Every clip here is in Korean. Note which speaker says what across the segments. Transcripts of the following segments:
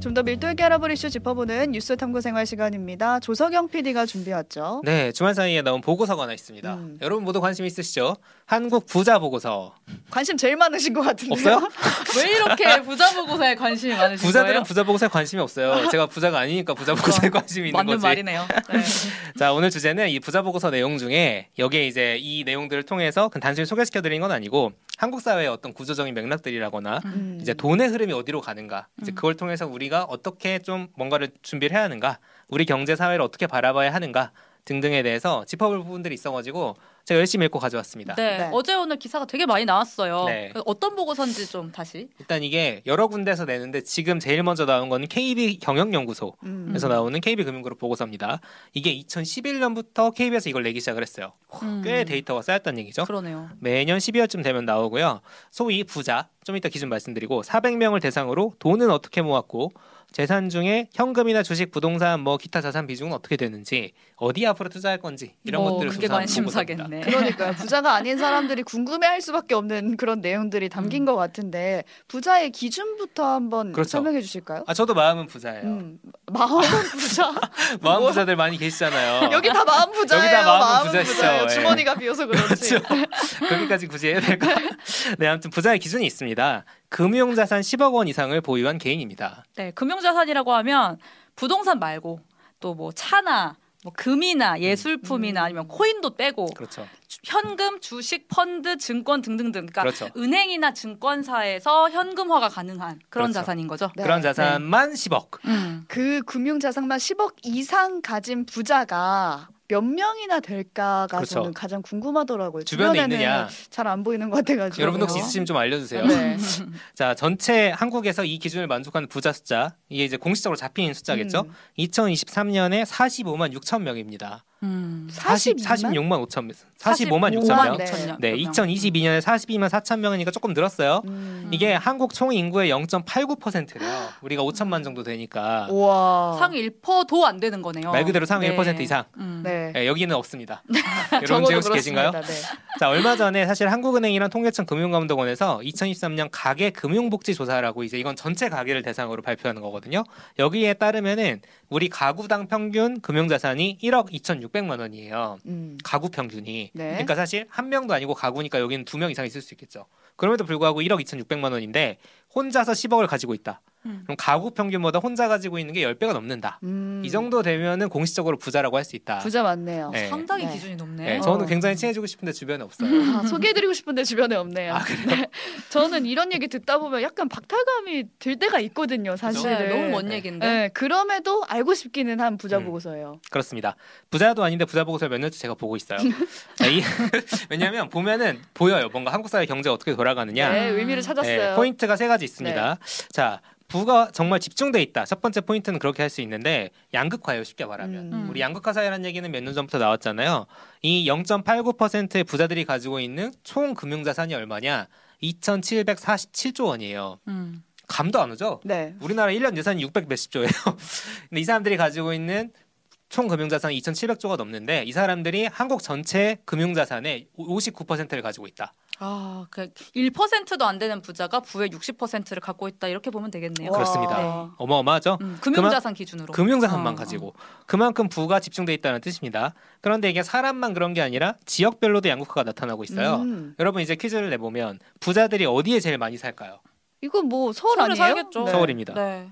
Speaker 1: 좀 더 밀도 있게 알아볼 이슈 짚어보는 뉴스 탐구 생활 시간입니다. 조석영 PD가
Speaker 2: 어?
Speaker 1: 준비했죠.
Speaker 3: 네, 주말 사이에 나온 보고서가 하나 있습니다.
Speaker 1: 음.
Speaker 3: 여러분 모두 관심 있으시죠? 한국 부자 보고서.
Speaker 1: 관심 제일 많으신 것 같은데요.
Speaker 3: 없어요?
Speaker 2: 왜 이렇게 부자 보고서에 관심이 많으신
Speaker 3: 부자들은
Speaker 2: 거예요?
Speaker 3: 부자 보고서에 관심이 없어요. 제가 부자가 아니니까 부자 보고서에 관심이 있는
Speaker 2: 맞는
Speaker 3: 거지.
Speaker 2: 말이네요. 네.
Speaker 3: 자, 오늘 주제는 이 부자 보고서 내용 중에 여기에 이제 이 내용들을 통해서 그냥 단순히 소개시켜 드린 건 아니고 한국 사회의 어떤 구조적인 맥락들이라거나
Speaker 1: 음.
Speaker 3: 이제 돈의 흐름이 어디로 가는가 이제
Speaker 2: 음.
Speaker 3: 그걸 통해서 우리가 어떻게 좀 뭔가를 준비를 해야 하는가 우리 경제 사회를 어떻게 바라봐야 하는가 등등에 대해서 짚어볼 부분들이 있어가지고 제가 열심히 읽고 가져왔습니다.
Speaker 2: 네,
Speaker 1: 네.
Speaker 2: 어제 오늘 기사가 되게 많이 나왔어요.
Speaker 3: 네.
Speaker 2: 어떤 보고서인지 좀 다시.
Speaker 3: 일단 이게 여러 군데서 내는데 지금 제일 먼저 나온 거는 KB 경영연구소에서
Speaker 1: 음.
Speaker 2: 그래서
Speaker 3: 나오는 KB 금융그룹 보고서입니다. 이게 2011년부터 KB에서 이걸 내기 시작을 했어요.
Speaker 2: 음.
Speaker 3: 꽤 데이터가 쌓였다는 얘기죠.
Speaker 2: 그러네요.
Speaker 3: 매년 12월쯤 되면 나오고요. 소위 부자, 좀 이따 기준 말씀드리고 400명을 대상으로 돈은 어떻게 모았고 재산 중에 현금이나 주식, 부동산, 뭐 기타 자산 비중은 어떻게 되는지 어디 앞으로 투자할 건지 이런
Speaker 2: 어,
Speaker 3: 것들을
Speaker 2: 그게
Speaker 3: 조사한 보고서입니다.
Speaker 2: 관심사겠네.
Speaker 1: 그러니까요. 부자가 아닌 사람들이 궁금해할 수밖에 없는 그런 내용들이 담긴 것 같은데 부자의 기준부터 한번
Speaker 3: 음. 그렇죠.
Speaker 1: 설명해 주실까요?
Speaker 3: 아 저도 마음은 부자예요.
Speaker 1: 음, 마음 부자.
Speaker 2: 뭐?
Speaker 3: 마음 부자들 많이 계시잖아요.
Speaker 1: 여기 다 마음 부자예요.
Speaker 3: 여기 다 마음은
Speaker 1: 마음은
Speaker 3: 부자시죠.
Speaker 1: 부자예요.
Speaker 3: 예. 그렇죠.
Speaker 1: 주머니가 비어서 그렇지.
Speaker 3: 거기까지 굳이 해야 될까? 네, 아무튼 부자의 기준이 있습니다. 금융 자산 10억 원 이상을 보유한 개인입니다.
Speaker 2: 네, 금융자산이라고 하면 부동산 말고 또 뭐 차나 뭐 금이나 예술품이나
Speaker 1: 음.
Speaker 2: 아니면 코인도 빼고
Speaker 3: 그렇죠.
Speaker 2: 주- 현금, 주식, 펀드, 증권 등등등. 그러니까
Speaker 3: 그렇죠.
Speaker 2: 은행이나 증권사에서 현금화가 가능한 그런
Speaker 3: 그렇죠.
Speaker 2: 자산인 거죠.
Speaker 1: 네.
Speaker 3: 그런 자산만 10억.
Speaker 2: 음.
Speaker 1: 그 금융 자산만 10억 이상 가진 부자가 몇 명이나 될까가
Speaker 3: 그렇죠.
Speaker 1: 저는 가장 궁금하더라고요.
Speaker 3: 주변에
Speaker 1: 주변에는
Speaker 3: 있느냐?
Speaker 1: 잘 안 보이는 것 같아가지고.
Speaker 3: 여러분 혹시 있으시면 좀 알려주세요.
Speaker 1: 네.
Speaker 3: 자, 전체 한국에서 이 기준을 만족하는 부자 숫자 이게 이제 공식적으로 잡힌 숫자겠죠.
Speaker 1: 음.
Speaker 3: 2023년에 45만 6천 명입니다.
Speaker 2: 음.
Speaker 3: 40,
Speaker 1: 46만?
Speaker 3: 46만 5천 명, 45만 6천 명.
Speaker 1: 네.
Speaker 3: 네, 2022년에 42만 4천 명이니까 조금 늘었어요.
Speaker 1: 음.
Speaker 3: 이게 한국 총 인구의 0.89%래요. 우리가 5천만
Speaker 1: 음.
Speaker 3: 정도 되니까
Speaker 1: 우와.
Speaker 2: 상 1%도 안 되는
Speaker 1: 어,
Speaker 2: 거네요.
Speaker 3: 말 그대로 상 1% 이상.
Speaker 2: 음.
Speaker 1: 네.
Speaker 3: 네, 여기는 없습니다. 여러분
Speaker 1: 적어도
Speaker 3: 혹시 계신가요?
Speaker 1: 그렇습니다. 네.
Speaker 3: 자, 얼마 전에 사실 한국은행이랑 통계청 금융감독원에서 2023년 가계 금융복지 조사라고 이제 이건 전체 가계를 대상으로 발표하는 거거든요. 여기에 따르면은 우리 가구당 평균 금융자산이 1억 2,600만 원이에요.
Speaker 1: 음.
Speaker 3: 가구 평균이.
Speaker 1: 네.
Speaker 3: 그러니까 사실 한 명도 아니고 가구니까 여기는 두 명 이상 있을 수 있겠죠. 그럼에도 불구하고 1억 2,600만 원인데 혼자서 10억을 가지고 있다.
Speaker 2: 음.
Speaker 3: 그럼 가구 평균보다 혼자 가지고 있는 게 10배가 넘는다.
Speaker 1: 음.
Speaker 3: 이 정도 되면은 공식적으로 부자라고 할 수 있다.
Speaker 1: 부자 맞네요.
Speaker 3: 네.
Speaker 2: 아, 상당히
Speaker 1: 네.
Speaker 2: 기준이 높네요. 음.
Speaker 3: 네, 저는 굉장히 친해지고 싶은데 주변에 없어요.
Speaker 1: 아, 소개해드리고 싶은데 주변에 없네요.
Speaker 3: 아,
Speaker 1: 네. 저는 이런 얘기 듣다 보면 약간 박탈감이 들 때가 있거든요, 사실은.
Speaker 2: 네, 너무 먼
Speaker 3: 네.
Speaker 2: 얘기인데.
Speaker 1: 네, 그럼에도 알고 싶기는 한 부자
Speaker 3: 음.
Speaker 1: 보고서예요.
Speaker 3: 그렇습니다. 부자도 아닌데 부자 보고서 몇 년째 제가 보고 있어요. 자, 이- 왜냐하면 보면은 보여요. 뭔가 한국 사회 경제가 어떻게 돌아가느냐.
Speaker 1: 네, 의미를 찾았어요. 네.
Speaker 3: 네, 포인트가 세 가지 있습니다. 자, 부가 정말 집중돼 있다. 첫 번째 포인트는 그렇게 할 수 있는데 양극화예요. 쉽게 말하면.
Speaker 1: 음.
Speaker 3: 우리 양극화 사회라는 얘기는 몇 년 전부터 나왔잖아요. 이 0.89%의 부자들이 가지고 있는 총 금융 자산이 얼마냐? 2,747조 원이에요.
Speaker 2: 음.
Speaker 3: 감도 안 오죠?
Speaker 1: 네.
Speaker 3: 우리나라 1년 예산이 600 몇십 조예요. 근데 이 사람들이 가지고 있는 총 금융자산이 2,700조가 넘는데 이 사람들이 한국 전체 금융자산의 59%를 가지고 있다.
Speaker 2: 아, 그 1%도 안 되는 부자가 부의 60%를 갖고 있다 이렇게 보면 되겠네요.
Speaker 1: 와.
Speaker 3: 어, 그렇습니다.
Speaker 2: 네.
Speaker 3: 어마어마하죠?
Speaker 2: 음, 금융자산 기준으로.
Speaker 3: 금융자산만
Speaker 2: 어,
Speaker 3: 가지고 그만큼 부가 집중돼 있다는 뜻입니다. 그런데 이게 사람만 그런 게 아니라 지역별로도 양극화가 나타나고 있어요.
Speaker 1: 음.
Speaker 3: 여러분 이제 퀴즈를 내보면 부자들이 어디에 제일 많이 살까요?
Speaker 1: 이건 뭐 서울
Speaker 2: 서울에
Speaker 1: 아니에요?
Speaker 2: 살겠죠. 네.
Speaker 3: 서울입니다.
Speaker 2: 네.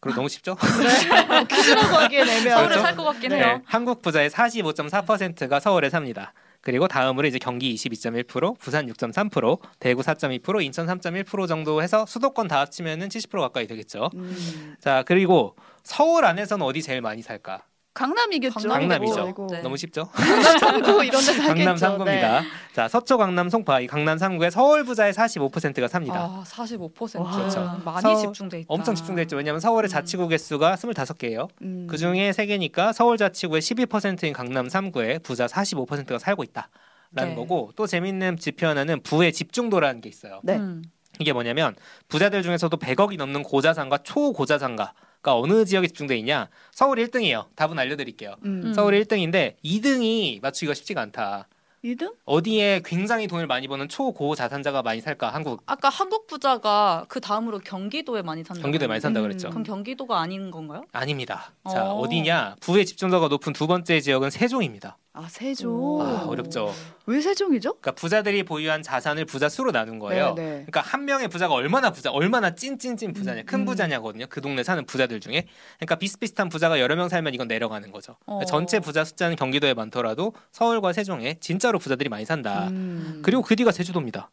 Speaker 3: 그럼 너무 쉽죠?
Speaker 1: 어, 퀴즈라고 하기엔 애매하죠.
Speaker 3: 그렇죠.
Speaker 2: 서울에 살 것 같긴
Speaker 1: 네.
Speaker 2: 해요.
Speaker 3: 한국 부자의 45.4%가 서울에 삽니다. 그리고 다음으로 이제 경기 22.1%, 부산 6.3%, 대구 4.2%, 인천 3.1% 정도 해서 수도권 다 합치면은 70% 가까이 되겠죠.
Speaker 1: 음.
Speaker 3: 자, 그리고 서울 안에서는 어디 제일 많이 살까?
Speaker 1: 강남이겠죠.
Speaker 3: 강남이죠.
Speaker 1: 이고
Speaker 2: 네.
Speaker 3: 너무 쉽죠?
Speaker 1: 강남 삼구 이런 데 살겠죠. 네.
Speaker 3: 강남 3구입니다. 자, 서초 강남 송파 이 강남 3구에 서울 부자의 45%가 삽니다.
Speaker 2: 아, 45%.
Speaker 1: 와.
Speaker 3: 그렇죠.
Speaker 2: 많이
Speaker 3: 서울
Speaker 2: 집중돼 있다.
Speaker 3: 엄청 집중돼 있죠. 왜냐하면 서울의
Speaker 2: 음.
Speaker 3: 자치구 개수가 25개예요.
Speaker 1: 네. 음.
Speaker 3: 그 중에 세 개니까 서울 자치구의 12%인 강남 3구에 부자 45%가 살고 있다. 라는
Speaker 2: 네.
Speaker 3: 거고 또 재밌는 지표 하나는 부의 집중도라는 게 있어요.
Speaker 1: 네.
Speaker 2: 음.
Speaker 3: 이게 뭐냐면 부자들 중에서도 100억이 넘는 고자산과 초고자산가가 어느 지역에 집중돼 있냐? 서울 1등이에요. 답은 알려드릴게요.
Speaker 1: 음.
Speaker 2: 음.
Speaker 3: 서울 1등인데 2등이 맞추기가 쉽지가 않다.
Speaker 1: 2등?
Speaker 3: 어디에 굉장히 돈을 많이 버는 초고 자산자가 많이 살까? 한국
Speaker 2: 아까 한국 부자가 그 다음으로 경기도에 많이 산다.
Speaker 3: 경기도에 많이 산다 그랬죠.
Speaker 2: 그럼 경기도가 아닌 건가요?
Speaker 3: 아닙니다. 자
Speaker 2: 음. 어.
Speaker 3: 어디냐? 부의 집중도가 높은 두 번째 지역은 세종입니다.
Speaker 1: 아
Speaker 2: 오.
Speaker 1: 세종.
Speaker 3: 아 어렵죠.
Speaker 1: 왜 세종이죠?
Speaker 3: 그러니까 부자들이 보유한 자산을 부자 수로 나눈 거예요.
Speaker 1: 네, 네.
Speaker 3: 그러니까 한 명의 부자가 얼마나 부자, 얼마나 찐찐찐 부자냐, 큰
Speaker 1: 음.
Speaker 3: 부자냐거든요. 그 동네 사는 부자들 중에. 그러니까 비슷비슷한 부자가 여러 명 살면 이건 내려가는 거죠. 그러니까
Speaker 2: 어.
Speaker 3: 전체 부자 숫자는 경기도에 많더라도 서울과 세종에 진짜로 부자들이 많이 산다.
Speaker 1: 음.
Speaker 3: 그리고 그 뒤가 제주도입니다.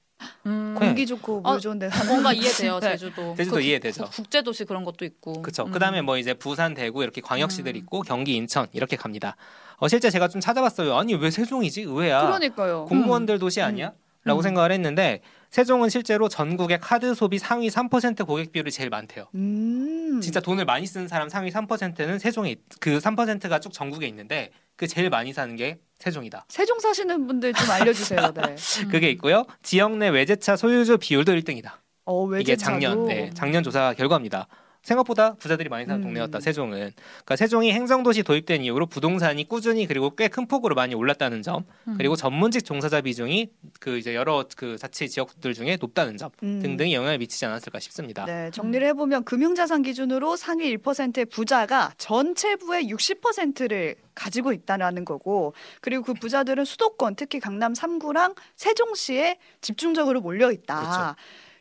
Speaker 2: 음.
Speaker 3: 네.
Speaker 1: 공기 좋고
Speaker 2: 아,
Speaker 1: 물 좋은데
Speaker 2: 뭔가 이해돼요
Speaker 1: 네.
Speaker 2: 제주도.
Speaker 3: 제주도
Speaker 2: 그
Speaker 3: 이해되죠.
Speaker 2: 국- 국제도시 그런 것도 있고.
Speaker 3: 그렇죠.
Speaker 2: 음.
Speaker 3: 그다음에 뭐 이제 부산, 대구 이렇게 광역시들
Speaker 2: 음.
Speaker 3: 있고 경기, 인천 이렇게 갑니다. 어, 실제 제가 좀 찾아봤어요. 아니 왜 세종이지? 의외야.
Speaker 1: 그러니까요.
Speaker 3: 아, 공무원들 도시 아니야? 라고
Speaker 2: 음.
Speaker 3: 생각을 했는데 세종은 실제로 전국의 카드 소비 상위 3% 고객 비율이 제일 많대요.
Speaker 1: 음.
Speaker 3: 진짜 돈을 많이 쓰는 사람 상위 3%는 세종에 있- 그 3%가 쭉 전국에 있는데 그 제일 많이 사는 게 세종이다.
Speaker 1: 세종 사시는 분들 좀 알려주세요. 네.
Speaker 2: 음.
Speaker 3: 그게 있고요. 지역 내 외제차 소유주 비율도 1등이다.
Speaker 1: 어, 외제차도.
Speaker 3: 이게 작년 네, 작년 조사 결과입니다. 생각보다 부자들이 많이 사는
Speaker 1: 음.
Speaker 3: 동네였다 세종은. 그러니까 세종이 행정도시 도입된 이후로 부동산이 꾸준히 그리고 꽤 큰 폭으로 많이 올랐다는 점,
Speaker 2: 음.
Speaker 3: 그리고 전문직 종사자 비중이 그 이제 여러 그 자치 지역들 중에 높다는 점
Speaker 1: 음.
Speaker 3: 등등이 영향을 미치지 않았을까 싶습니다.
Speaker 1: 네, 정리를 해보면 금융자산 기준으로 상위 1%의 부자가 전체 부의 60%를 가지고 있다라는 거고, 그리고 그 부자들은 수도권, 특히 강남 3구랑 세종시에 집중적으로 몰려 있다.
Speaker 3: 그렇죠.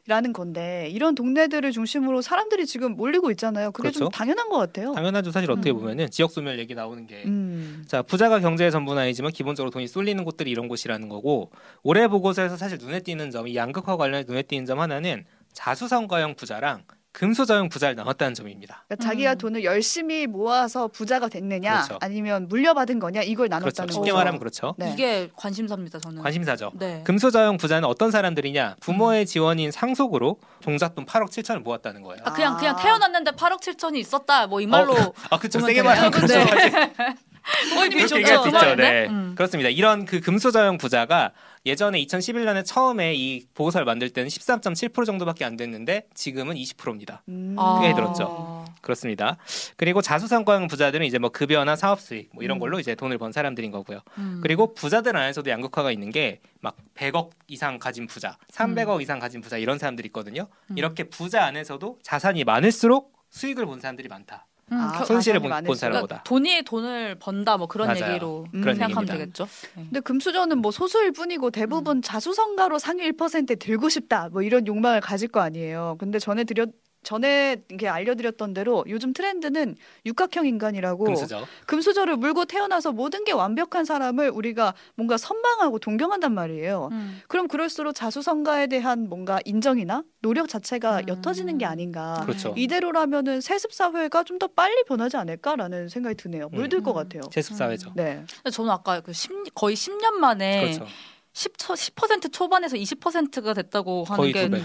Speaker 1: 라는 건데 이런 동네들을 중심으로 사람들이 지금 몰리고 있잖아요. 그게 좀
Speaker 3: 그렇죠.
Speaker 1: 당연한 것 같아요.
Speaker 3: 당연하죠. 사실 어떻게
Speaker 2: 음.
Speaker 3: 보면은 지역 소멸 얘기 나오는 게
Speaker 1: 음.
Speaker 3: 자 부자가 경제의 전부는 아니지만 기본적으로 돈이 쏠리는 곳들이 이런 곳이라는 거고 올해 보고서에서 사실 눈에 띄는 점이 양극화 관련해 눈에 띄는 점 하나는 자수성가형 부자랑 금소자형 부자를 나눴다는 점입니다.
Speaker 1: 그러니까 자기가
Speaker 2: 음.
Speaker 1: 돈을 열심히 모아서 부자가 됐느냐,
Speaker 3: 그렇죠.
Speaker 1: 아니면 물려받은 거냐 이걸
Speaker 3: 그렇죠.
Speaker 1: 나눴다는
Speaker 3: 쉽게
Speaker 1: 거죠.
Speaker 3: 말하면 그렇죠.
Speaker 1: 네.
Speaker 2: 이게 관심사입니다 저는.
Speaker 3: 관심사죠. 그-
Speaker 2: 네.
Speaker 3: 금소자형 부자는 어떤 사람들이냐? 부모의 지원인 상속으로 종잣돈 8억 7천을 모았다는 거예요.
Speaker 2: 아, 그냥 그냥
Speaker 1: 아.
Speaker 2: 태어났는데 8억 7천이 있었다 뭐 이 말로
Speaker 3: 아 그쵸
Speaker 2: 보면
Speaker 3: 세게 말하면
Speaker 2: 되나요?
Speaker 3: 그렇죠.
Speaker 2: 네.
Speaker 3: 금소자형
Speaker 2: 부모님이
Speaker 3: 그렇게 얘기할 수
Speaker 2: 그
Speaker 3: 있죠.
Speaker 2: 말인데?
Speaker 3: 네.
Speaker 2: 음.
Speaker 3: 그렇습니다. 이런 그 금소자형 부자가 예전에 2011년에 처음에 이 보고서를 만들 때는 13.7% 정도밖에 안 됐는데 지금은 20%입니다.
Speaker 1: 음.
Speaker 2: 아.
Speaker 3: 꽤 늘었죠. 그렇습니다. 그리고 자수성과형 부자들은 이제 뭐 급여나 사업 수익 뭐 이런 걸로 이제 돈을 번 사람들인 거고요.
Speaker 2: 음.
Speaker 3: 그리고 부자들 안에서도 양극화가 있는 게 막 100억 이상 가진 부자, 300억 이상 가진 부자 이런 사람들이 있거든요.
Speaker 2: 음.
Speaker 3: 이렇게 부자 안에서도 자산이 많을수록 수익을 본 사람들이 많다.
Speaker 2: 음,
Speaker 1: 아,
Speaker 2: 겨-
Speaker 1: 자산이
Speaker 3: 손실을 본, 본
Speaker 1: 많을수록.
Speaker 3: 사람보다.
Speaker 2: 그러니까 돈이 돈을 번다 뭐 그런
Speaker 3: 맞아요.
Speaker 2: 얘기로
Speaker 1: 그런
Speaker 2: 생각하면
Speaker 3: 얘기입니다.
Speaker 2: 되겠죠. 네.
Speaker 1: 근데 금수저는 뭐 소수일 뿐이고 대부분
Speaker 3: 음.
Speaker 1: 자수성가로 상위 1%에 들고 싶다 뭐 이런 욕망을 가질 거 아니에요. 근데 전에 드렸 전에 이게 알려드렸던 대로 요즘 트렌드는 육각형 인간이라고
Speaker 3: 금수저.
Speaker 1: 금수저를 물고 태어나서 모든 게 완벽한 사람을 우리가 뭔가 선망하고 동경한단 말이에요.
Speaker 2: 음.
Speaker 1: 그럼 그럴수록 자수성가에 대한 뭔가 인정이나 노력 자체가
Speaker 2: 음.
Speaker 1: 옅어지는 게 아닌가.
Speaker 3: 그렇죠.
Speaker 1: 이대로라면은 세습 사회가 좀 더 빨리 변하지 않을까라는 생각이 드네요. 물들 것
Speaker 2: 음.
Speaker 1: 같아요.
Speaker 3: 세습 사회죠.
Speaker 1: 네.
Speaker 2: 근데 저는 아까 그 10, 거의 10년 만에
Speaker 3: 그렇죠.
Speaker 2: 10, 10% 초반에서 20%가 됐다고 하는
Speaker 3: 거의 두
Speaker 2: 게
Speaker 3: 배.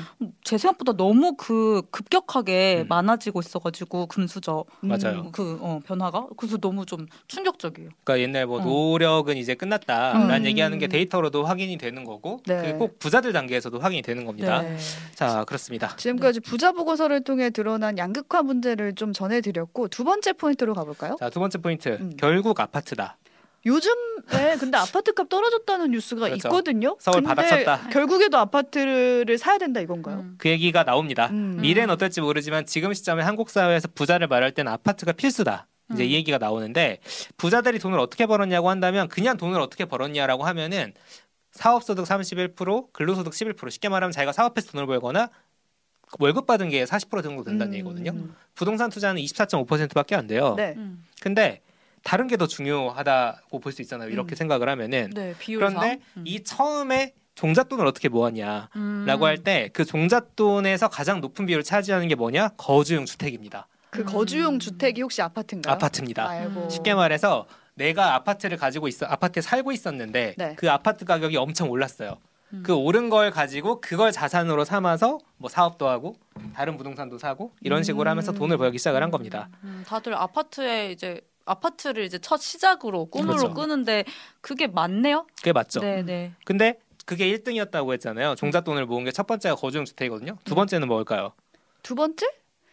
Speaker 2: 제
Speaker 1: 음.
Speaker 2: 생각보다 너무 그 급격하게
Speaker 3: 음.
Speaker 2: 많아지고 있어가지고 금수저
Speaker 3: 맞아요.
Speaker 1: 음.
Speaker 2: 그 어, 변화가 그래서 너무 좀 충격적이에요.
Speaker 3: 그러니까 옛날 뭐
Speaker 2: 어.
Speaker 3: 노력은 이제 끝났다라는
Speaker 1: 음.
Speaker 3: 얘기하는 게 데이터로도 확인이 되는 거고
Speaker 1: 네.
Speaker 3: 그게 꼭 부자들 단계에서도 확인이 되는 겁니다.
Speaker 2: 네.
Speaker 3: 자 그렇습니다.
Speaker 1: 지금까지 부자 보고서를 통해 드러난 양극화 문제를 좀 전해드렸고 두 번째 포인트로 가볼까요?
Speaker 3: 자 두 번째 포인트
Speaker 1: 음.
Speaker 3: 결국 아파트다.
Speaker 1: 요즘에 근데 아파트값 떨어졌다는 뉴스가
Speaker 3: 그렇죠.
Speaker 1: 있거든요.
Speaker 3: 서울
Speaker 1: 근데
Speaker 3: 바닥쳤다.
Speaker 1: 결국에도 아파트를 사야 된다 이건가요?
Speaker 2: 음.
Speaker 3: 그 얘기가 나옵니다.
Speaker 1: 음.
Speaker 3: 미래는 어떨지 모르지만 지금 시점에 한국 사회에서 부자를 말할 때는 아파트가 필수다. 이제
Speaker 2: 음.
Speaker 3: 이 얘기가 나오는데 부자들이 돈을 어떻게 벌었냐고 한다면 그냥 돈을 어떻게 벌었냐라고 하면은 사업소득 31% 근로소득 11% 쉽게 말하면 자기가 사업해서 돈을 벌거나 월급 받은 게 40% 정도 된다는
Speaker 1: 음.
Speaker 3: 얘기거든요. 부동산 투자는 24.5%밖에 안 돼요.
Speaker 1: 네.
Speaker 2: 음.
Speaker 3: 근데 다른 게 더 중요하다고 볼 수 있잖아요.
Speaker 1: 음.
Speaker 3: 이렇게 생각을 하면은
Speaker 2: 네, 비율상.
Speaker 3: 그런데 이 처음에 종잣돈을 어떻게 모았냐라고
Speaker 2: 음.
Speaker 3: 할 때 그 종잣돈에서 가장 높은 비율을 차지하는 게 뭐냐? 거주용 주택입니다.
Speaker 1: 그
Speaker 2: 음.
Speaker 1: 거주용 주택이 혹시 아파트인가요?
Speaker 3: 아파트입니다.
Speaker 1: 네. 아이고.
Speaker 3: 쉽게 말해서 내가 아파트를 가지고 있어 아파트에 살고 있었는데
Speaker 1: 네.
Speaker 3: 그 아파트 가격이 엄청 올랐어요.
Speaker 2: 음.
Speaker 3: 그 오른 걸 가지고 그걸 자산으로 삼아서 뭐 사업도 하고 다른 부동산도 사고 이런 식으로
Speaker 1: 음.
Speaker 3: 하면서 돈을 벌기 시작을 한 겁니다.
Speaker 2: 음, 다들 아파트에 이제 아파트를 이제 첫 시작으로 꿈으로
Speaker 3: 그렇죠.
Speaker 2: 끄는데 그게 맞네요.
Speaker 3: 그게 맞죠. 음.
Speaker 2: 네, 네.
Speaker 3: 근데 그게 1등이었다고 했잖아요.
Speaker 1: 음.
Speaker 3: 종잣돈을 모은 게 첫 번째가 거주용 주택이거든요. 두 번째는 뭘까요?
Speaker 1: 두 번째?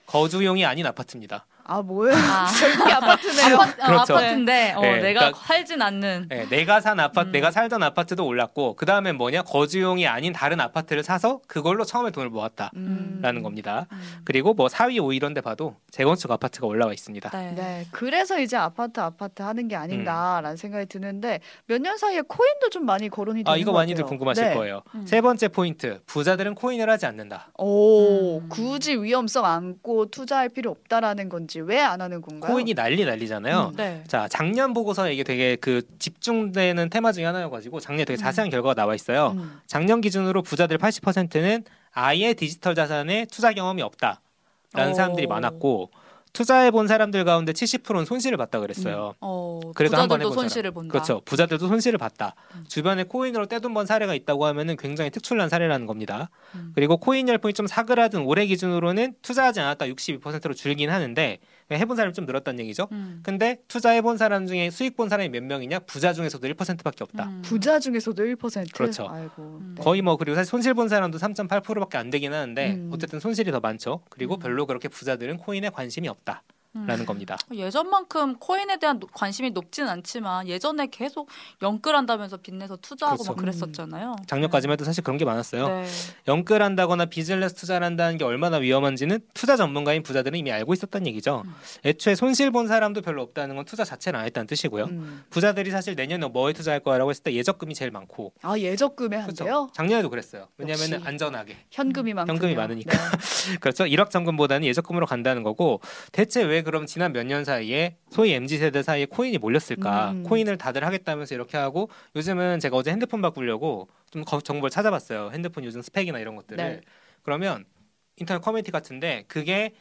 Speaker 3: 거주용이 아닌 아파트입니다.
Speaker 1: 아 뭐예요?
Speaker 2: 아,
Speaker 1: 이렇게 아파트네요.
Speaker 2: 아파트,
Speaker 3: 그렇죠.
Speaker 2: 인데 어,
Speaker 3: 네,
Speaker 2: 내가
Speaker 3: 그러니까-
Speaker 2: 살진 않는
Speaker 3: 예, 내가 산 아파트,
Speaker 2: 음.
Speaker 3: 내가 살던 아파트도 올랐고 그 다음에 뭐냐 거주용이 아닌 다른 아파트를 사서 그걸로 처음에 돈을 모았다라는
Speaker 1: 음.
Speaker 3: 겁니다. 그리고 뭐 4위, 5위 이런데 봐도 재건축 아파트가 올라와 있습니다.
Speaker 2: 네.
Speaker 1: 네, 그래서 이제 아파트 아파트 하는 게 아닌가라는 생각이 드는데 몇 년 사이에 코인도 좀 많이 거론이 되는
Speaker 3: 음. 아 이거
Speaker 1: 것
Speaker 3: 많이들
Speaker 1: 같아요.
Speaker 3: 궁금하실
Speaker 1: 네.
Speaker 3: 거예요.
Speaker 2: 음.
Speaker 3: 세 번째 포인트 부자들은 코인을 하지 않는다.
Speaker 1: 오,
Speaker 2: 음.
Speaker 1: 굳이 위험성 안고 투자할 필요 없다라는 건지 왜 안 하는 건가요?
Speaker 3: 코인이 난리 난리잖아요.
Speaker 1: 음.
Speaker 2: 네.
Speaker 3: 자 작년 보고서 이게 되게 그 집중되는 테마 중에 하나여가지고 작년에 되게
Speaker 1: 음.
Speaker 3: 자세한 결과가 나와 있어요.
Speaker 1: 음.
Speaker 3: 작년 기준으로 부자들 80%는 아예 디지털 자산에 투자 경험이 없다라는
Speaker 2: 오.
Speaker 3: 사람들이 많았고 투자해 본 사람들 가운데 70%는 손실을 봤다 그랬어요.
Speaker 2: 어,
Speaker 3: 그래도 한번
Speaker 2: 부자들도
Speaker 3: 해본
Speaker 2: 손실을 본다.
Speaker 3: 그렇죠. 부자들도 손실을 봤다.
Speaker 2: 음.
Speaker 3: 주변에 코인으로 떼돈 번 사례가 있다고 하면은 굉장히 특출난 사례라는 겁니다.
Speaker 2: 음.
Speaker 3: 그리고 코인 열풍이 좀 사그라든 올해 기준으로는 투자하지 않았다 62%로 줄긴 하는데 해본 사람이 좀 늘었다는 얘기죠.
Speaker 2: 음.
Speaker 3: 근데 투자해 본 사람 중에 수익 본 사람이 몇 명이냐? 부자 중에서도 1%밖에 없다.
Speaker 2: 음.
Speaker 1: 부자 중에서도 1%.
Speaker 3: 그렇죠.
Speaker 1: 아이고.
Speaker 2: 음.
Speaker 1: 네.
Speaker 3: 거의 뭐 그리고 사실 손실 본 사람도 3.8%밖에 안 되긴 하는데
Speaker 1: 음.
Speaker 3: 어쨌든 손실이 더 많죠. 그리고
Speaker 2: 음.
Speaker 3: 별로 그렇게 부자들은 코인에 관심이 없다라는
Speaker 2: 음.
Speaker 3: 겁니다.
Speaker 2: 예전만큼 코인에 대한 노- 관심이 높진 않지만 예전에 계속 영끌한다면서 빚내서 투자하고 막
Speaker 1: 그렇죠.
Speaker 2: 그랬었잖아요.
Speaker 3: 음. 작년까지만 해도 사실 그런 게 많았어요.
Speaker 2: 네.
Speaker 3: 영끌한다거나 비즈니스 투자를 한다는 게 얼마나 위험한지는 투자 전문가인 부자들은 이미 알고 있었다는 얘기죠.
Speaker 2: 음.
Speaker 3: 애초에 손실 본 사람도 별로 없다는 건 투자 자체를 안 했다는 뜻이고요.
Speaker 1: 음.
Speaker 3: 부자들이 사실 내년에 뭐에 투자할 거라고 했을 때 예적금이 제일 많고
Speaker 1: 아, 예적금에 한대요?
Speaker 3: 그렇죠. 작년에도 그랬어요. 왜냐하면
Speaker 1: 역시.
Speaker 3: 안전하게
Speaker 2: 음.
Speaker 1: 현금이 많고.
Speaker 3: 현금이 많으니까. 그렇죠. 1억 정금보다는 예적금으로 간다는 거고 대체 왜 그럼 지난 몇 년 사이에 소위 mz 세대 사이에 코인이 몰렸을까?
Speaker 1: 음.
Speaker 3: 코인을 다들 하겠다면서 이렇게 하고 요즘은 제가 어제 핸드폰 바꾸려고 좀 거- 정보를 찾아봤어요. 핸드폰 요즘 스펙이나 이런 것들을
Speaker 1: 네.
Speaker 3: 그러면 인터넷 커뮤니티 같은데 그게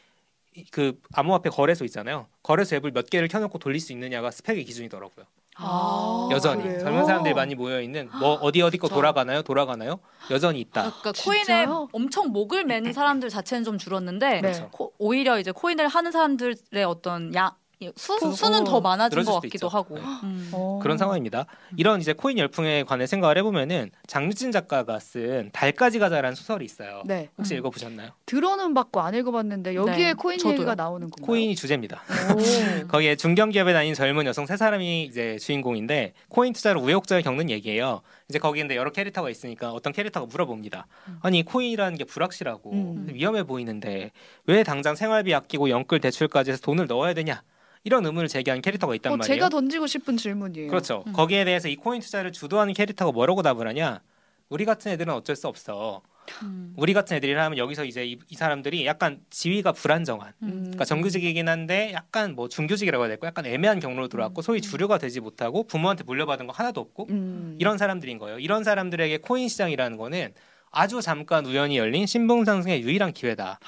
Speaker 3: 이- 그 암호화폐 거래소 있잖아요. 거래소 앱을 몇 개를 켜놓고 돌릴 수 있느냐가 스펙의 기준이더라고요.
Speaker 1: 아,
Speaker 3: 여전히
Speaker 1: 그래요?
Speaker 3: 젊은 사람들이 많이 모여 있는 뭐 어디 어디 거
Speaker 2: 저-
Speaker 3: 돌아가나요? 돌아가나요? 여전히 있다.
Speaker 2: 그러니까 코인에
Speaker 1: 진짜요?
Speaker 2: 엄청 목을 매는 사람들 자체는 좀 줄었는데
Speaker 1: 네.
Speaker 3: 그렇죠.
Speaker 2: 코- 오히려 이제 코인을 하는 사람들의 어떤 야 예, 수,
Speaker 1: 그거
Speaker 2: 수는 더 많아진
Speaker 3: 늘어질
Speaker 2: 것
Speaker 3: 수도
Speaker 2: 같기도
Speaker 3: 있죠.
Speaker 2: 하고.
Speaker 3: 네.
Speaker 2: 음.
Speaker 1: 어.
Speaker 3: 그런 상황입니다. 이런 이제 코인 열풍에 관해 생각을 해보면은 장유진 작가가 쓴 달까지 가자라는 소설이 있어요.
Speaker 1: 네.
Speaker 3: 혹시
Speaker 2: 음.
Speaker 3: 읽어보셨나요?
Speaker 1: 들어는 받고 안 읽어봤는데 여기에
Speaker 2: 네,
Speaker 1: 코인
Speaker 2: 저도요.
Speaker 1: 얘기가 나오는 건가요?
Speaker 3: 코인이 주제입니다.
Speaker 1: 오.
Speaker 3: 거기에 중견기업에 다니는 젊은 여성 세 사람이 이제 주인공인데 코인 투자로 우여곡절을 겪는 얘기예요. 이제 거기에 근데 여러 캐릭터가 있으니까 어떤 캐릭터가 물어봅니다.
Speaker 2: 음.
Speaker 3: 아니 코인이라는 게 불확실하고
Speaker 1: 음.
Speaker 3: 위험해 보이는데 왜 당장 생활비 아끼고 연끌 대출까지 해서 돈을 넣어야 되냐? 이런 의문을 제기한 캐릭터가 있단
Speaker 1: 어,
Speaker 3: 말이에요.
Speaker 1: 제가 던지고 싶은 질문이에요.
Speaker 3: 그렇죠.
Speaker 2: 음.
Speaker 3: 거기에 대해서 이 코인 투자를 주도하는 캐릭터가 뭐라고 답을 하냐? 우리 같은 애들은 어쩔 수 없어.
Speaker 2: 음.
Speaker 3: 우리 같은 애들이라면 여기서 이제 이, 이 사람들이 약간 지위가 불안정한.
Speaker 2: 음.
Speaker 1: 음.
Speaker 3: 그러니까 정규직이긴 한데 약간 뭐 중규직이라고 해야 될까? 약간 애매한 경로로 들어왔고 소위 주류가 되지 못하고 부모한테 물려받은 거 하나도 없고
Speaker 1: 음.
Speaker 3: 이런 사람들인 거예요. 이런 사람들에게 코인 시장이라는 거는 아주 잠깐 우연히 열린 신분 상승의 유일한 기회다.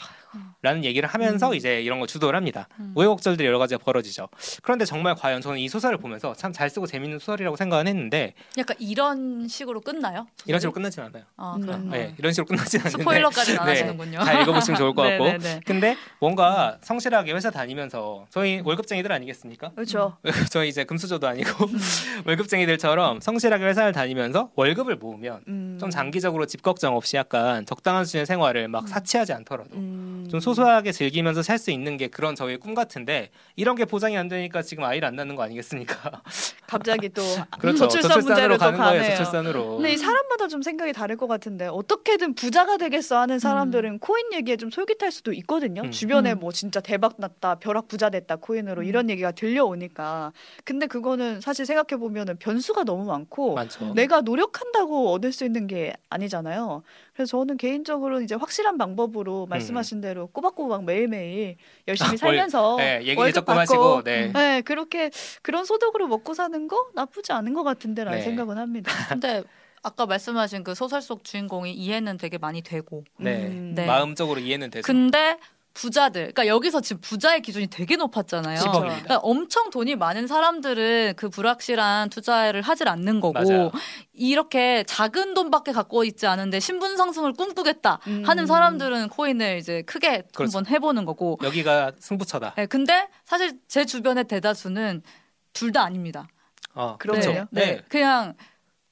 Speaker 3: 라는 얘기를 하면서 이제 이런 거 주도를 합니다.
Speaker 2: 음.
Speaker 3: 우여곡절들이 여러 가지가 벌어지죠. 그런데 정말 과연 저는 이 소설을 보면서 참 잘 쓰고 재밌는 소설이라고 생각은 했는데
Speaker 2: 약간 이런 식으로 끝나요?
Speaker 3: 이런 식으로 끝나진 않아요.
Speaker 2: 아,
Speaker 1: 음.
Speaker 2: 그럼.
Speaker 3: 네, 이런 식으로 끝나진 않는데
Speaker 2: 스포일러까지는 안
Speaker 3: 네.
Speaker 2: 하시는군요.
Speaker 3: 잘 읽어보시면 좋을 것 같고.
Speaker 2: 네네네.
Speaker 3: 근데 뭔가 성실하게 회사 다니면서 저희 월급쟁이들 아니겠습니까?
Speaker 1: 그렇죠.
Speaker 3: 저희 이제 금수저도 아니고
Speaker 2: 음.
Speaker 3: 월급쟁이들처럼 성실하게 회사를 다니면서 월급을 모으면
Speaker 1: 음.
Speaker 3: 좀 장기적으로 집 걱정 없이 약간 적당한 수준의 생활을 막 사치하지 않더라도
Speaker 1: 음.
Speaker 3: 좀 소소하게 즐기면서 살 수 있는 게 그런 저희의 꿈 같은데 이런 게 보장이 안 되니까 지금 아이를 안 낳는 거 아니겠습니까?
Speaker 1: 갑자기 또
Speaker 3: 그렇죠.
Speaker 1: 저출산 문제로
Speaker 3: 저출산으로 가는
Speaker 1: 또
Speaker 3: 거예요.
Speaker 1: 가네요.
Speaker 3: 저출산으로.
Speaker 1: 근데 이 사람마다 좀 생각이 다를 것 같은데 어떻게든 부자가 되겠어 하는 사람들은 코인 얘기에 좀 솔깃할 수도 있거든요.
Speaker 3: 음.
Speaker 1: 주변에
Speaker 2: 음.
Speaker 1: 뭐 진짜 대박 났다, 벼락 부자 됐다 코인으로
Speaker 2: 음.
Speaker 1: 이런 얘기가 들려오니까. 근데 그거는 사실 생각해 보면은 변수가 너무 많고
Speaker 3: 많죠.
Speaker 1: 내가 노력한다고 얻을 수 있는 게 아니잖아요. 그래서 저는 개인적으로 이제 확실한 방법으로 말씀하신 대로 꼬박꼬박 매일매일 열심히
Speaker 3: 음, 아, 월-
Speaker 1: 살면서
Speaker 3: 네, 얘기를
Speaker 1: 어, 월급
Speaker 3: 조금
Speaker 1: 받고
Speaker 3: 하시고 네.
Speaker 1: 네, 그렇게 그런 소득으로 먹고 사는 거 나쁘지 않은 것 같은데라는
Speaker 3: 네.
Speaker 1: 생각은 합니다.
Speaker 2: 근데 아까 말씀하신 그 소설 속 주인공이 이해는 되게 많이 되고
Speaker 3: 네.
Speaker 1: 음.
Speaker 2: 네.
Speaker 3: 마음적으로 이해는 되죠.
Speaker 2: 근데 부자들 그러니까 여기서 지금 부자의 기준이 되게 높았잖아요.
Speaker 3: 10억입니다.
Speaker 2: 그러니까 엄청 돈이 많은 사람들은 그 불확실한 투자를 하질 않는 거고
Speaker 3: 맞아요.
Speaker 2: 이렇게 작은 돈밖에 갖고 있지 않은데 신분 상승을 꿈꾸겠다
Speaker 1: 음.
Speaker 2: 하는 사람들은 코인을 이제 크게
Speaker 3: 그렇죠.
Speaker 2: 한번 해보는 거고
Speaker 3: 여기가 승부처다.
Speaker 2: 네, 근데 사실 제 주변의 대다수는 둘 다 아닙니다.
Speaker 3: 어,
Speaker 1: 그러네요.
Speaker 3: 그렇죠.
Speaker 2: 네. 그냥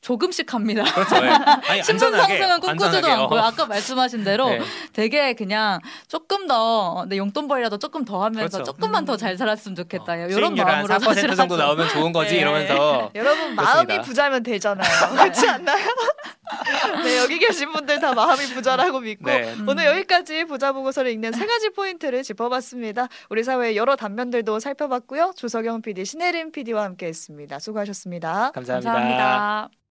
Speaker 2: 조금씩 갑니다.
Speaker 3: 그렇죠. 예. 아니
Speaker 2: 신분
Speaker 3: 안전하게
Speaker 2: 상승은 꿈꾸지도
Speaker 3: 안전하게요.
Speaker 2: 않고요. 아까 말씀하신 대로
Speaker 3: 네.
Speaker 2: 되게 그냥 조금 더 내 용돈 벌이라도 조금 더 하면서
Speaker 3: 그렇죠.
Speaker 2: 조금만
Speaker 1: 음.
Speaker 2: 더 잘 살았으면 좋겠다.
Speaker 3: 어,
Speaker 2: 이런
Speaker 3: 수익률 한
Speaker 2: 마음으로
Speaker 3: 4% 정도
Speaker 2: 사실 하죠.
Speaker 3: 나오면 좋은 거지
Speaker 2: 네.
Speaker 3: 이러면서
Speaker 1: 여러분
Speaker 3: 그렇습니다.
Speaker 1: 마음이 부자면 되잖아요. 그렇지 않나요? 네 여기 계신 분들 다 마음이 부자라고 믿고
Speaker 3: 네.
Speaker 1: 오늘 여기까지 부자 보고서를 읽는 세 가지 포인트를 짚어봤습니다. 우리 사회의 여러 단면들도 살펴봤고요. 조석영 PD, 신혜림 PD와 함께했습니다. 수고하셨습니다.
Speaker 3: 감사합니다.
Speaker 2: 감사합니다.